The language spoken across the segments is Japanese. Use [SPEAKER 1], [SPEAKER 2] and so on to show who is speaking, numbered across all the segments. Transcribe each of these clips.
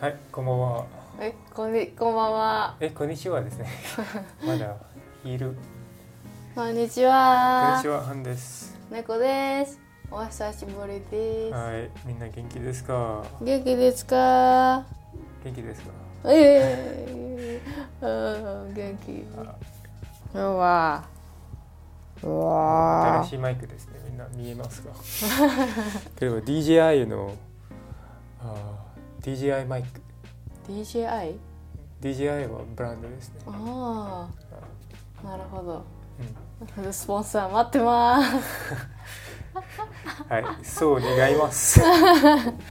[SPEAKER 1] はい、こんばんは。
[SPEAKER 2] えこんにこんばんは
[SPEAKER 1] え、こんにちはですね。まだいる。
[SPEAKER 2] こんにち
[SPEAKER 1] こんに
[SPEAKER 2] は
[SPEAKER 1] ちは、ハンです。
[SPEAKER 2] 猫ですお久しぶりです、
[SPEAKER 1] はい、みんな元気ですか。
[SPEAKER 2] 元気ですか
[SPEAKER 1] 元気ですか。
[SPEAKER 2] ええうん元気
[SPEAKER 1] あ
[SPEAKER 2] うわう
[SPEAKER 1] 新
[SPEAKER 2] わ
[SPEAKER 1] しいマイクですね。みんな見えますか。これは DJI のあー DJI マイク。
[SPEAKER 2] DJI?
[SPEAKER 1] DJI はブランドですね。
[SPEAKER 2] ああなるほど
[SPEAKER 1] うん
[SPEAKER 2] スポンサー待ってます
[SPEAKER 1] はい、そう願います。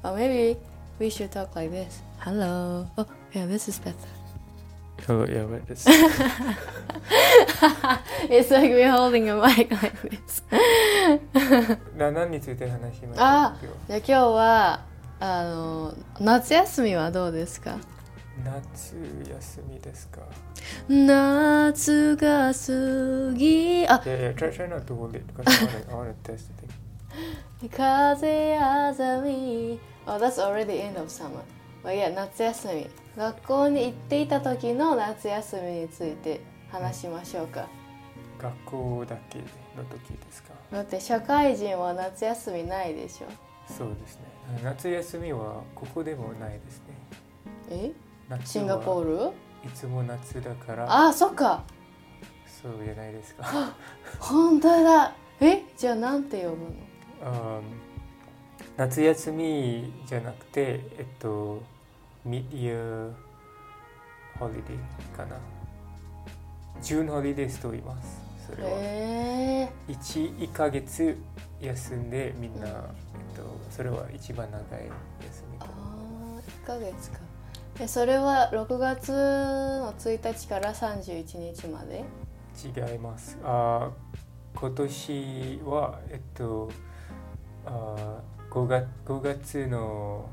[SPEAKER 2] あ maybe we should talk like this hello oh yeah this is better
[SPEAKER 1] Hello, yeah, where is?
[SPEAKER 2] it's like we're holding a mic like this
[SPEAKER 1] な何について話しましょう
[SPEAKER 2] あ
[SPEAKER 1] 今日は
[SPEAKER 2] じゃあ今日はあの夏休みはどうですか
[SPEAKER 1] 夏休みですか。
[SPEAKER 2] 夏が過ぎあ
[SPEAKER 1] いやいや、try try not to hold it because I wanna, I wanna test it.
[SPEAKER 2] 風あざみ Oh that's already end of summer But yeah 夏休み学校に行っていた時の夏休みについて話しましょうか
[SPEAKER 1] 学校だけの時ですか
[SPEAKER 2] だって社会人は夏休みないでしょ
[SPEAKER 1] そうですね夏休みはここでもないですね
[SPEAKER 2] え
[SPEAKER 1] 夏は
[SPEAKER 2] シンガポール
[SPEAKER 1] いつも夏だから
[SPEAKER 2] ああそっか
[SPEAKER 1] そうじゃないですか
[SPEAKER 2] 本当だえじゃあなんて呼ぶの
[SPEAKER 1] うん夏休みじゃなくてえっと mid year holiday かな June holidays と言いますそれは、
[SPEAKER 2] へえ
[SPEAKER 1] 1, 1ヶ月休んでみんな、
[SPEAKER 2] う
[SPEAKER 1] え
[SPEAKER 2] ん
[SPEAKER 1] っと、それは一番長い休み
[SPEAKER 2] あ
[SPEAKER 1] かな
[SPEAKER 2] あ1ヶ月かえそれは6月の1日から31日まで
[SPEAKER 1] 違いますあー今年はえっとあ 5, 月5月の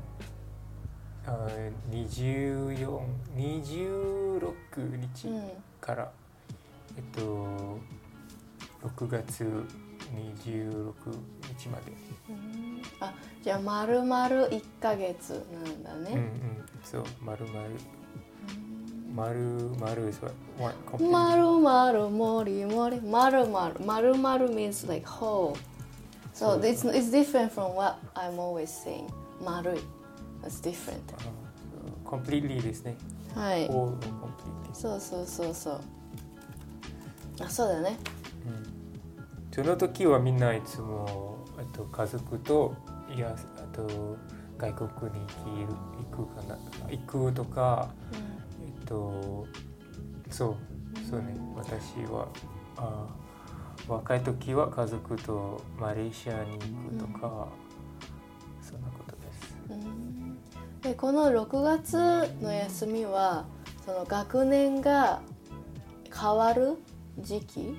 [SPEAKER 1] あー2426日
[SPEAKER 2] うん
[SPEAKER 1] から、えっと6月26日まで、
[SPEAKER 2] うんあじゃあ丸々1ヶ月なんだ
[SPEAKER 1] うんう
[SPEAKER 2] ね、
[SPEAKER 1] んそう丸々
[SPEAKER 2] うん
[SPEAKER 1] 丸丸 is what one
[SPEAKER 2] ま
[SPEAKER 1] complete
[SPEAKER 2] るまるもりもりまるまるまるまる means like whole so
[SPEAKER 1] そうだ
[SPEAKER 2] it's, it's different from what I'm always saying 丸い that's different
[SPEAKER 1] あー completely ですね
[SPEAKER 2] はい
[SPEAKER 1] all of completely
[SPEAKER 2] そうそうそうそうあそうだね
[SPEAKER 1] その時はみんないつもえっと家族といやあと外国に行る行くかな行くとかえっとそうそうね私はあ若い時は家族とマレーシアに行くとか、そんなことです。
[SPEAKER 2] うんでこの6月の休みはその学年が変わる時期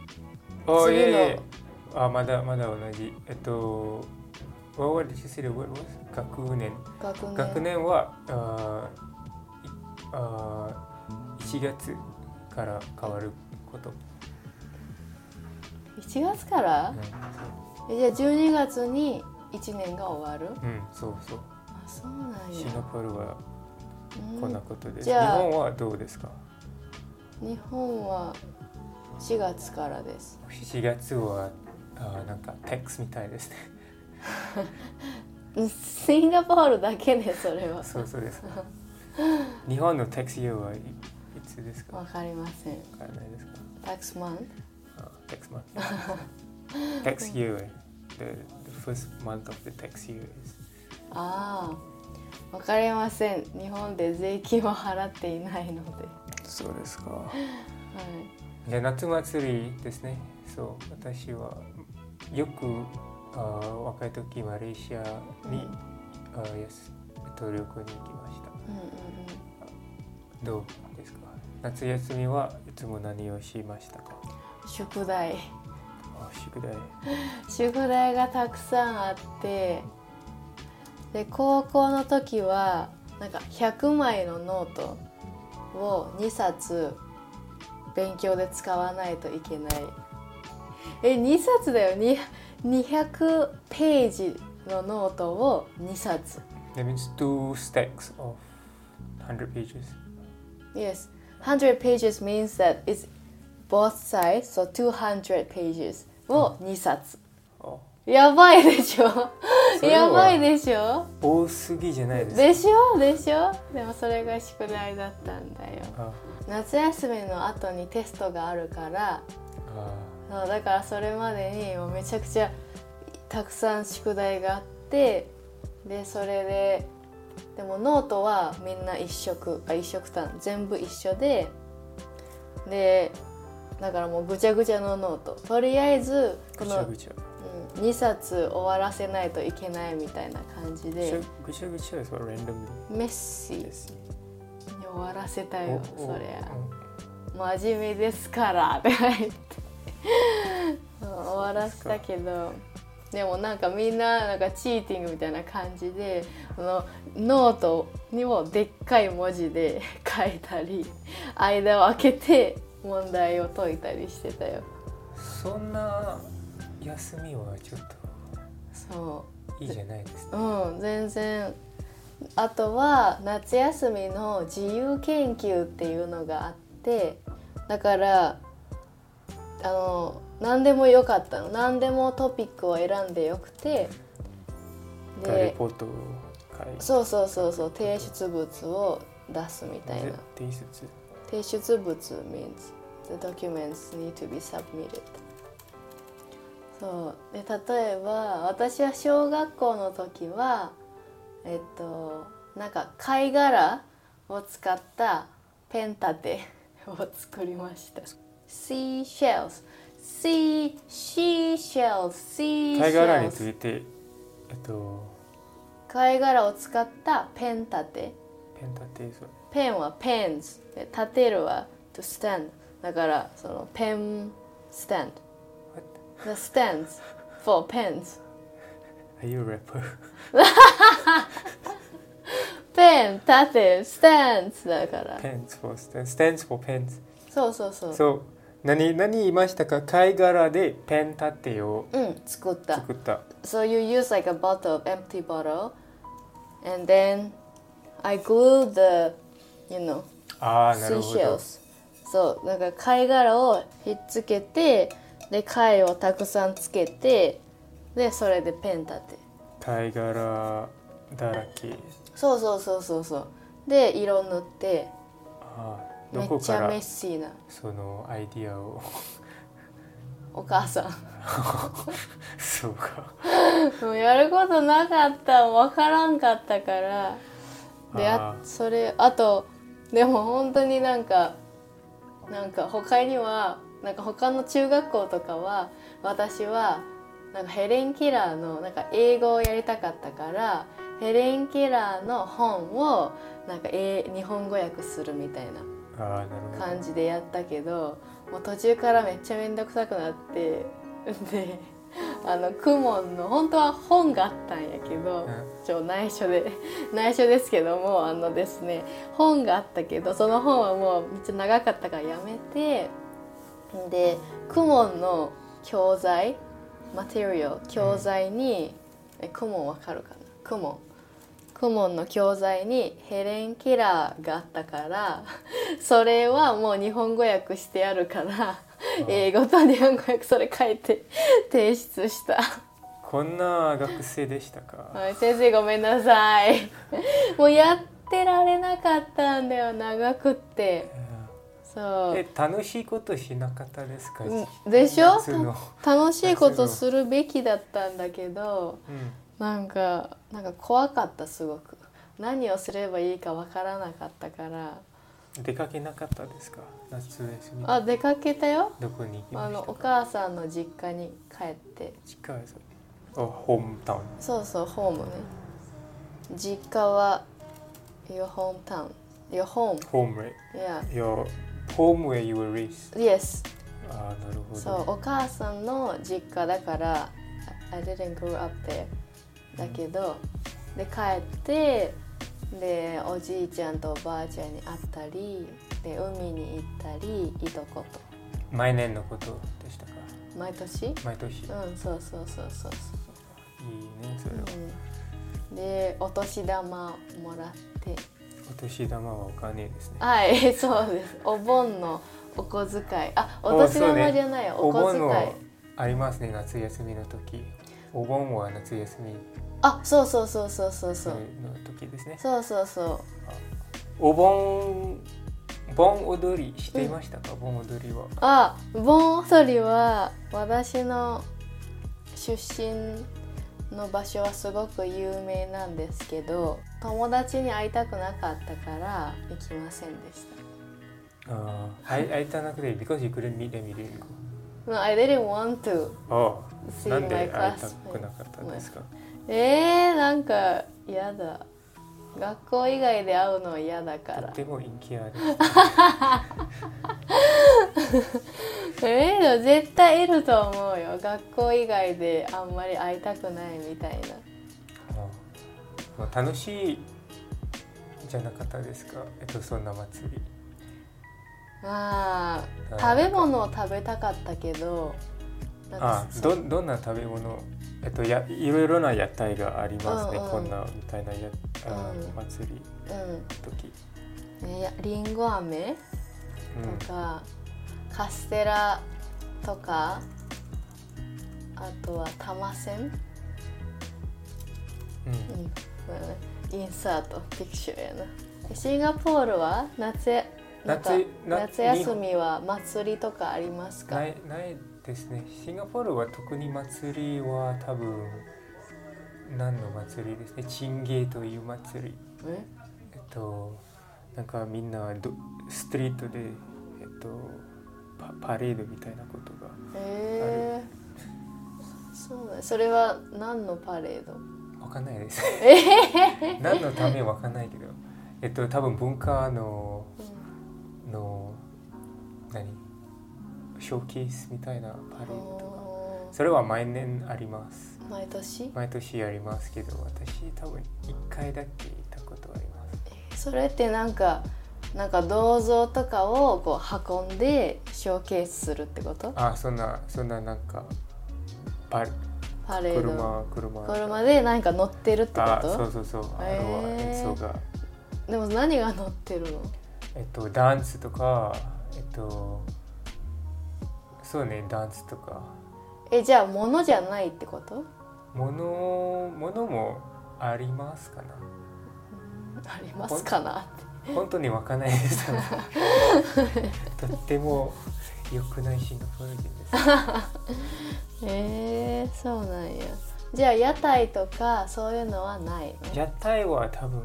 [SPEAKER 1] あ
[SPEAKER 2] 次の
[SPEAKER 1] いえいえあまだまだ同じえっと What what did you say the word was? 学年
[SPEAKER 2] 学年
[SPEAKER 1] 学年はあーいあー1月から変わること、
[SPEAKER 2] 1月から
[SPEAKER 1] うん、
[SPEAKER 2] えじゃあ12月に1年が終わる
[SPEAKER 1] うん、そうそう
[SPEAKER 2] あそうなん
[SPEAKER 1] シンガ
[SPEAKER 2] や、
[SPEAKER 1] ポールは
[SPEAKER 2] うん
[SPEAKER 1] こんなことです、
[SPEAKER 2] じ
[SPEAKER 1] 日
[SPEAKER 2] ゃあ
[SPEAKER 1] 本はどうですか
[SPEAKER 2] 日本は4月からです
[SPEAKER 1] 4月はあーなんかテックスみたい ですね
[SPEAKER 2] うんシンガポールだけねそれは
[SPEAKER 1] そうそう です日本のテックスイヤーはいいつですかわ
[SPEAKER 2] わかりません
[SPEAKER 1] からないですか
[SPEAKER 2] Tax month
[SPEAKER 1] あーテックスマン テックスイヤー the, the first month of the tax year is
[SPEAKER 2] ああわかりません日本で税金を払っていないので
[SPEAKER 1] そうですか
[SPEAKER 2] はい
[SPEAKER 1] じゃあ夏祭りですねそう私はよくあー若い時マレーシアに、
[SPEAKER 2] うん
[SPEAKER 1] あーやすえっと旅行に行きました
[SPEAKER 2] うんうん
[SPEAKER 1] どうですか夏休みはいつも何をしましたか
[SPEAKER 2] うん、宿題
[SPEAKER 1] あ宿題
[SPEAKER 2] 宿題がたくさんあってで高校の時はなんか100枚のノートを2冊勉強で使わないといけないえ2冊だよに200ページのノートを2冊
[SPEAKER 1] That means two stacks of 100 pages.
[SPEAKER 2] Yes, 100 pages means that it's both sides, so 200 pages を2冊。
[SPEAKER 1] あ
[SPEAKER 2] やばいでしょ
[SPEAKER 1] それは
[SPEAKER 2] やばいでしょ
[SPEAKER 1] 多すぎじゃないですか。
[SPEAKER 2] でしょでしょでもそれが宿題だったんだよ。
[SPEAKER 1] あ
[SPEAKER 2] 夏休みの後にテストがあるから、
[SPEAKER 1] あ
[SPEAKER 2] そうだからそれまでにもうめちゃくちゃたくさん宿題があってでそれででもノートはみんな一色あ一色単全部一緒ででだからもうぐちゃぐちゃのノートとりあえずこ
[SPEAKER 1] ぐちゃ
[SPEAKER 2] の、
[SPEAKER 1] ぐちゃ。
[SPEAKER 2] うん、2冊終わらせないといけないみたいな感じ
[SPEAKER 1] ぐちゃ
[SPEAKER 2] で
[SPEAKER 1] ぐちゃぐちゃですわ、randomly
[SPEAKER 2] メッシに
[SPEAKER 1] です。
[SPEAKER 2] 終わらせた
[SPEAKER 1] お
[SPEAKER 2] よ
[SPEAKER 1] お
[SPEAKER 2] そりゃ。
[SPEAKER 1] うん
[SPEAKER 2] 真面目ですからって入ってうん終わらせたけどでもなんかみんななんかチーティングみたいな感じでこのノートにもでっかい文字で 書いたり間を空けて問題を解いたりしてたよ
[SPEAKER 1] そんな休みはちょっ
[SPEAKER 2] そ
[SPEAKER 1] といいじゃないですね。
[SPEAKER 2] ううん全然あとは夏休みの自由研究っていうのがあってだからあの何でもよかったの何でもトピックを選んでよくて
[SPEAKER 1] がレ
[SPEAKER 2] で
[SPEAKER 1] ポートを書いて。
[SPEAKER 2] そうそうそうそう提出物を出すみたいな
[SPEAKER 1] で提出。
[SPEAKER 2] 提出物 means the documents need to be submitted そうで例えば私は小学校の時はえっとなんか貝殻を使ったペン立てを作りました Sea shells Sea sea shells sea
[SPEAKER 1] 貝殻につ
[SPEAKER 2] shells
[SPEAKER 1] いて、えっと、
[SPEAKER 2] 貝殻を使ったペン立て
[SPEAKER 1] ペンタテースは
[SPEAKER 2] ペンはペンズで立てるは to stand だからそのペン stand
[SPEAKER 1] What?
[SPEAKER 2] the stands for pens
[SPEAKER 1] Are you a rapper?
[SPEAKER 2] ペン立てる stands だから
[SPEAKER 1] Pens for stand stands for pens.
[SPEAKER 2] そうそうそう
[SPEAKER 1] そう。何何言いましたか貝殻でペン立てを
[SPEAKER 2] うん作った
[SPEAKER 1] 作った。
[SPEAKER 2] So you use like a bottle of empty bottle and then I glue the you know
[SPEAKER 1] ああなるほど。
[SPEAKER 2] seashells そうだから貝殻をひっつけてで貝をたくさんつけてでそれでペン立て
[SPEAKER 1] 貝殻だらけ。
[SPEAKER 2] そうそうそうそうそうで色塗って
[SPEAKER 1] ああど
[SPEAKER 2] めっ
[SPEAKER 1] こ
[SPEAKER 2] ち
[SPEAKER 1] か
[SPEAKER 2] ゃ
[SPEAKER 1] ら
[SPEAKER 2] メッシーな
[SPEAKER 1] そのアイディアを
[SPEAKER 2] お母さん
[SPEAKER 1] そうか。
[SPEAKER 2] もうやることなかったわからんかったからであ
[SPEAKER 1] あー
[SPEAKER 2] それあとでも本当になんかなんか他にはなんか他の中学校とかは私はなんかヘレン・キラーのなんか英語をやりたかったからヘレン・キラーの本をなんか英日本語訳するみたいな
[SPEAKER 1] ああなるほど。
[SPEAKER 2] 感じでやったけどもう途中からめっちゃ面倒くさくなって であの公文の本当は本があったんやけど、
[SPEAKER 1] うん
[SPEAKER 2] ちょ内緒で 内緒ですけどもあのですね本があったけどその本はもうめっちゃ長かったからやめてで公文の教材マテリアル教材に、え公文わかるかな公文公文の教材にヘレン・キラーがあったからそれはもう日本語訳してあるから英語と日本語訳それ書いて提出した、
[SPEAKER 1] こんな学生でしたか。
[SPEAKER 2] はい、先生ごめんなさいもうやってられなかったんだよ長くってそ
[SPEAKER 1] え楽しいことしなかったですか。
[SPEAKER 2] うでしょ
[SPEAKER 1] 夏の
[SPEAKER 2] た楽しいことするべきだったんだけど
[SPEAKER 1] うん。
[SPEAKER 2] なんかなんか怖かったすごく何をすればいいかわからなかったから
[SPEAKER 1] 出かけなかったですか夏休み
[SPEAKER 2] あ出かけたよ
[SPEAKER 1] どこに行きま
[SPEAKER 2] あ
[SPEAKER 1] し
[SPEAKER 2] の
[SPEAKER 1] た
[SPEAKER 2] お
[SPEAKER 1] か
[SPEAKER 2] 母さんの実家に帰って
[SPEAKER 1] 近いですあホームタウン
[SPEAKER 2] そうそうホームね実家は your hometown your home
[SPEAKER 1] ホームへ
[SPEAKER 2] yeah
[SPEAKER 1] Your home where you were raised
[SPEAKER 2] yes
[SPEAKER 1] ああなるほど
[SPEAKER 2] そうお母さんの実家だから I didn't grow up there だけどで帰ってでおじいちゃんとおばあちゃんに会ったりで海に行ったりいとこと
[SPEAKER 1] 毎年のことでしたか
[SPEAKER 2] 毎年うん
[SPEAKER 1] 毎年いいね
[SPEAKER 2] そうそうそうそうそ
[SPEAKER 1] そ
[SPEAKER 2] う
[SPEAKER 1] れは
[SPEAKER 2] うんでお年玉もらって
[SPEAKER 1] お年玉はお金ですね
[SPEAKER 2] はい そうですお盆のお小遣いあお
[SPEAKER 1] お
[SPEAKER 2] 年
[SPEAKER 1] そう
[SPEAKER 2] 玉
[SPEAKER 1] ね
[SPEAKER 2] じゃないよお
[SPEAKER 1] お
[SPEAKER 2] 小
[SPEAKER 1] 盆
[SPEAKER 2] 遣い
[SPEAKER 1] のありますね夏休みの時お盆は夏休み
[SPEAKER 2] あそうそうそうそうそうそう
[SPEAKER 1] の時ですね
[SPEAKER 2] そうそうそう
[SPEAKER 1] お盆盆踊りしていましたか、盆踊りは
[SPEAKER 2] あ盆踊りは私の出身の場所はすごく有名なんですけど友達に会いたくなかったから行きませんでした
[SPEAKER 1] Uh, I, I turned out today because you couldn't meet them, you didn't
[SPEAKER 2] No, I didn't want to
[SPEAKER 1] go. Oh,
[SPEAKER 2] see
[SPEAKER 1] なんで会
[SPEAKER 2] my
[SPEAKER 1] いたく
[SPEAKER 2] classmate
[SPEAKER 1] なかったんですか
[SPEAKER 2] えー、なんか嫌だ学校以外で会うの嫌だか
[SPEAKER 1] と
[SPEAKER 2] ら
[SPEAKER 1] ても人気あ る。
[SPEAKER 2] えー、でも絶対いると思うよ学校以外であんまり会いたくないみたいな
[SPEAKER 1] まあ、楽しいじゃなかったですか、えっと、そんな祭り。
[SPEAKER 2] まあ
[SPEAKER 1] あ
[SPEAKER 2] 食べ物を食べたかったけどなんか
[SPEAKER 1] あどどんな食べ物、えっと、やいろいろな屋台がありますね、
[SPEAKER 2] うんうん
[SPEAKER 1] こんなみたいなや、あ
[SPEAKER 2] うん
[SPEAKER 1] 祭り
[SPEAKER 2] う
[SPEAKER 1] 時。
[SPEAKER 2] んねいやりんご飴
[SPEAKER 1] うん
[SPEAKER 2] とか、カステラとかあとは玉せん、
[SPEAKER 1] うん
[SPEAKER 2] うんインサートピクチャーやなでシンガポールは夏やなんか
[SPEAKER 1] 夏な
[SPEAKER 2] 夏休みは祭りとかありますか
[SPEAKER 1] ないないですねシンガポールは特に祭りは多分何の祭りですねチンゲーという祭り
[SPEAKER 2] え
[SPEAKER 1] えっとなんかみんなどストリートでえっとパパレードみたいなことが
[SPEAKER 2] えー、そうだねそれは何のパレード
[SPEAKER 1] わかんない です何のためわかんないけどえっと多分文化の
[SPEAKER 2] うん
[SPEAKER 1] の何ショーケースみたいなパレードとか
[SPEAKER 2] おー
[SPEAKER 1] それは毎年あります
[SPEAKER 2] 毎年
[SPEAKER 1] 毎年やりますけど私多分一回だけ行ったことあります
[SPEAKER 2] それってなんかなんか銅像とかをこう運んでショーケースするってこと
[SPEAKER 1] あそんなそんななんかパレ
[SPEAKER 2] パレード
[SPEAKER 1] 車車
[SPEAKER 2] 車で何か乗ってるってこ
[SPEAKER 1] あそ
[SPEAKER 2] と
[SPEAKER 1] うそうそうあ
[SPEAKER 2] へー
[SPEAKER 1] れは演奏が
[SPEAKER 2] でも何が乗ってるの
[SPEAKER 1] えっとダンスとかえっとそうねダンスとか
[SPEAKER 2] えじゃあ物じゃないってこと
[SPEAKER 1] ものものもありますかな
[SPEAKER 2] ありますかな
[SPEAKER 1] 本当にわかんない です。とっても良くないシンガポール人です。
[SPEAKER 2] へえー、そうなんやじゃあ屋台とかそういうのはないの
[SPEAKER 1] 屋台は多分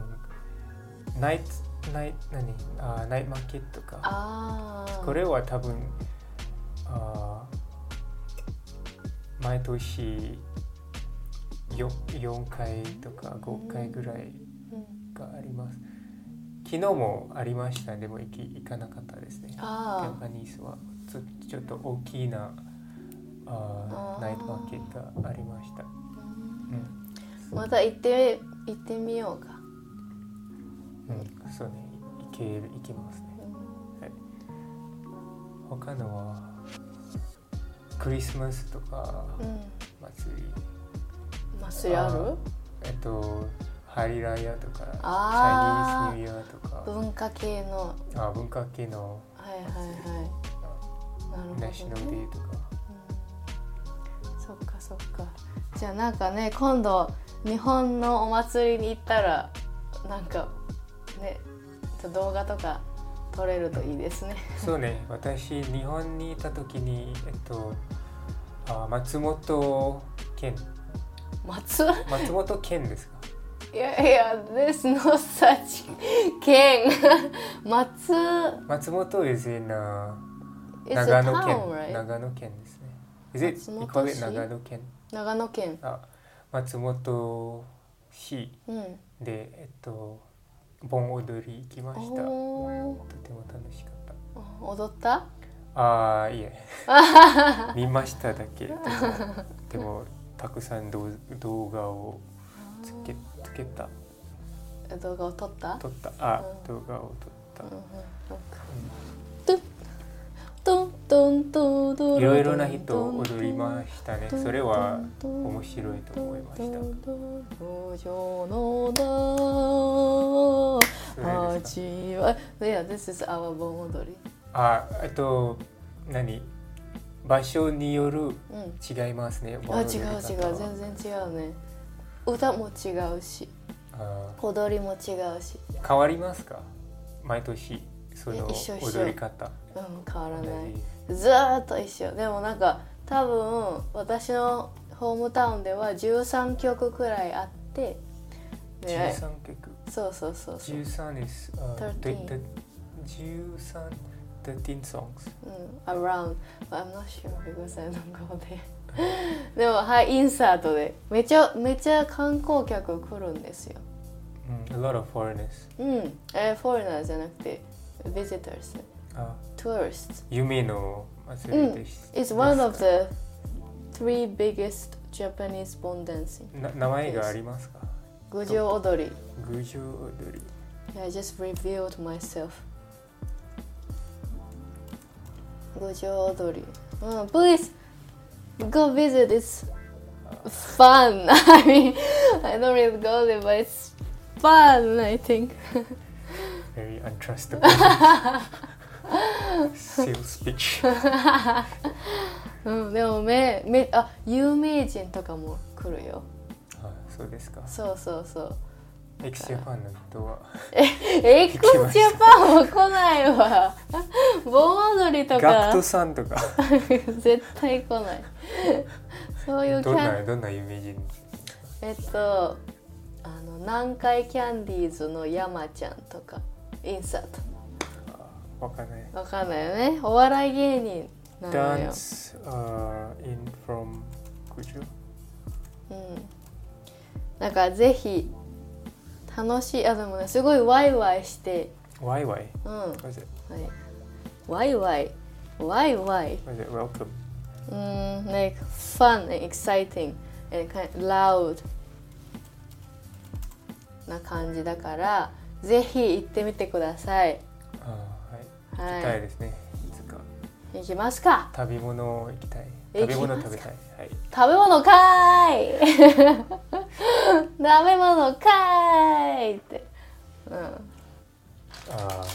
[SPEAKER 1] ナイトナイ何あーナイトマーケットか
[SPEAKER 2] ああ
[SPEAKER 1] これは多分あー毎年よ4回とか5回ぐらいがあります昨日もありましたでも行き行かなかったですねジャ
[SPEAKER 2] あ
[SPEAKER 1] パニーズはちょちょっと大きなあ
[SPEAKER 2] あー
[SPEAKER 1] ーナイトマーケットがありました、
[SPEAKER 2] あ
[SPEAKER 1] うん
[SPEAKER 2] また行って行ってみようか
[SPEAKER 1] うん、そうね行ける行きますね他のはクリスマスとか
[SPEAKER 2] うん
[SPEAKER 1] 祭り、
[SPEAKER 2] 祭りある
[SPEAKER 1] えっとハリラヤとかチ
[SPEAKER 2] あ
[SPEAKER 1] ャイニーズニューイヤーとか
[SPEAKER 2] 文化系の
[SPEAKER 1] あ文化系の
[SPEAKER 2] はいはいはいな
[SPEAKER 1] ナ
[SPEAKER 2] る
[SPEAKER 1] シ
[SPEAKER 2] ほ
[SPEAKER 1] ョナ
[SPEAKER 2] ど、
[SPEAKER 1] ルデ
[SPEAKER 2] ね
[SPEAKER 1] ーとか
[SPEAKER 2] うん、そっかそっかじゃあなんかね今度日本のお祭りに行ったらなんかねちょっと動画とか撮れるといいですね
[SPEAKER 1] そうね私日本にいた時にえっとあ松本県
[SPEAKER 2] 松
[SPEAKER 1] 松本県ですか
[SPEAKER 2] いやいや there's no such 県 松
[SPEAKER 1] 松本 is in、uh,
[SPEAKER 2] is
[SPEAKER 1] 長
[SPEAKER 2] a
[SPEAKER 1] 野県
[SPEAKER 2] town right
[SPEAKER 1] 長野県ですね is it
[SPEAKER 2] 松
[SPEAKER 1] you
[SPEAKER 2] 本
[SPEAKER 1] call it
[SPEAKER 2] 市
[SPEAKER 1] 長野県
[SPEAKER 2] 長野県
[SPEAKER 1] あ松本市
[SPEAKER 2] うん
[SPEAKER 1] でえっと盆踊り行きましたと
[SPEAKER 2] おー
[SPEAKER 1] ても楽しかっ
[SPEAKER 2] 踊った
[SPEAKER 1] たああい え見ましただけでもでもたくさん動動画をつけつけた
[SPEAKER 2] 動画を撮った
[SPEAKER 1] 撮ったあ
[SPEAKER 2] うん
[SPEAKER 1] 動画を撮っ
[SPEAKER 2] う
[SPEAKER 1] た
[SPEAKER 2] んうんそっかトゥントゥントントンドロ
[SPEAKER 1] いろいろな人を踊り
[SPEAKER 2] す
[SPEAKER 1] ましたねそれは面白いと思いました
[SPEAKER 2] 無情
[SPEAKER 1] それですか
[SPEAKER 2] のだ味わい。いや、this is our 盆踊り。
[SPEAKER 1] ああと何場所による
[SPEAKER 2] うん。
[SPEAKER 1] 違いますね
[SPEAKER 2] あ、
[SPEAKER 1] 盆
[SPEAKER 2] 違う
[SPEAKER 1] 踊り方は
[SPEAKER 2] 違う、全然違うね。歌も違うし、
[SPEAKER 1] あ
[SPEAKER 2] 踊りも違うし、
[SPEAKER 1] ー変わりますか毎年その
[SPEAKER 2] え一緒一緒
[SPEAKER 1] 踊り方
[SPEAKER 2] うん、変わら
[SPEAKER 1] 同
[SPEAKER 2] ない。
[SPEAKER 1] じ
[SPEAKER 2] ずーっと一緒でもなんか多分私のホームタウンでは13曲くらいあって
[SPEAKER 1] 13
[SPEAKER 2] で
[SPEAKER 1] 曲
[SPEAKER 2] そうそうそうそう、
[SPEAKER 1] 13 is uh,
[SPEAKER 2] Thirteen.
[SPEAKER 1] the- the- 13 13 songs
[SPEAKER 2] うん、around but I'm not sure because I don't go there でもはいインサートでめちゃめちゃ観光客来るんですよ
[SPEAKER 1] うん a lot of foreigners
[SPEAKER 2] うんえー、フォー i g n e r じゃなくて visitors ね
[SPEAKER 1] あ
[SPEAKER 2] tourists
[SPEAKER 1] 夢の祭りでし
[SPEAKER 2] it's one of the three biggest Japanese bond dancing
[SPEAKER 1] な名前がありますか
[SPEAKER 2] 郡上踊り
[SPEAKER 1] 郡上踊り
[SPEAKER 2] Yeah, I just revealed myself. 五条踊り。うん、please go visit. It's fun. I mean, I don't really go there, but it's fun. I think.
[SPEAKER 1] very untrustable sales speech
[SPEAKER 2] うん、でもめめあ有名人とかも来るよ。
[SPEAKER 1] あそうですか
[SPEAKER 2] そうそうそう。
[SPEAKER 1] エキシジャパンの人は
[SPEAKER 2] エックスジャパンは来ないわ。盆踊り
[SPEAKER 1] ガ
[SPEAKER 2] と
[SPEAKER 1] ク
[SPEAKER 2] か
[SPEAKER 1] トさんとか
[SPEAKER 2] 絶対来ない。そういうキ
[SPEAKER 1] どん
[SPEAKER 2] ャ
[SPEAKER 1] な
[SPEAKER 2] ン
[SPEAKER 1] どんな有名人
[SPEAKER 2] えっとあの南海キャンディーズの山ちゃんとかインサート
[SPEAKER 1] わかんない
[SPEAKER 2] わかんないよねお笑い芸人なのよ、
[SPEAKER 1] dance uh, in from 郡上
[SPEAKER 2] うん、なんかぜひ楽しいあでもねすごいワイワイして
[SPEAKER 1] ワイワイ
[SPEAKER 2] うん、はい、
[SPEAKER 1] Was it?
[SPEAKER 2] ワイワイワイワイ
[SPEAKER 1] Was it welcome?
[SPEAKER 2] うん like fun and exciting and kind of loud な感じだからぜひ行ってみてください
[SPEAKER 1] あーはい。行きた
[SPEAKER 2] はい
[SPEAKER 1] ですね。いつか
[SPEAKER 2] い行きますか
[SPEAKER 1] 食べ物を行きたい。
[SPEAKER 2] 行
[SPEAKER 1] 食
[SPEAKER 2] き
[SPEAKER 1] べ物
[SPEAKER 2] ます
[SPEAKER 1] 食べ
[SPEAKER 2] か
[SPEAKER 1] たい。はい。
[SPEAKER 2] 食べ物かーい 食べ物かーいって、うん、
[SPEAKER 1] ああ。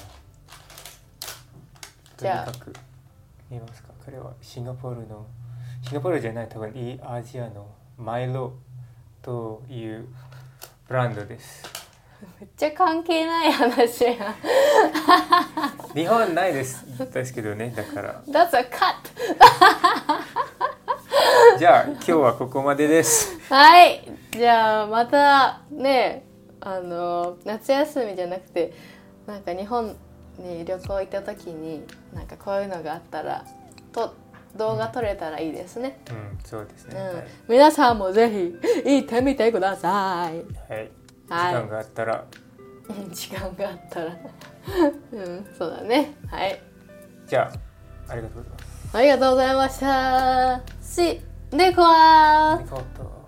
[SPEAKER 1] と
[SPEAKER 2] じ
[SPEAKER 1] に
[SPEAKER 2] ゃあ
[SPEAKER 1] かく見えますか。彼はシンガポールのシンガポールじゃない多分いいアジアのマイロというブランドです。
[SPEAKER 2] めっちゃ関係ない話やん
[SPEAKER 1] 日本ないですですけどね。だから。
[SPEAKER 2] That's a cut
[SPEAKER 1] じゃあ今日はここまでです。
[SPEAKER 2] はいじゃあまたねあの夏休みじゃなくてなんか日本に旅行行った時になんかこういうのがあったらと動画撮れたらいいですね、
[SPEAKER 1] うん、そうです
[SPEAKER 2] う
[SPEAKER 1] ね。
[SPEAKER 2] ん
[SPEAKER 1] はい。
[SPEAKER 2] 皆さんもぜひ行ってみてください
[SPEAKER 1] はい。時
[SPEAKER 2] はい
[SPEAKER 1] 間があったら。
[SPEAKER 2] うん時間があったらうんそうだねはい
[SPEAKER 1] じゃあありがとうございます。
[SPEAKER 2] ありがとうございましたし猫は
[SPEAKER 1] ありがとう。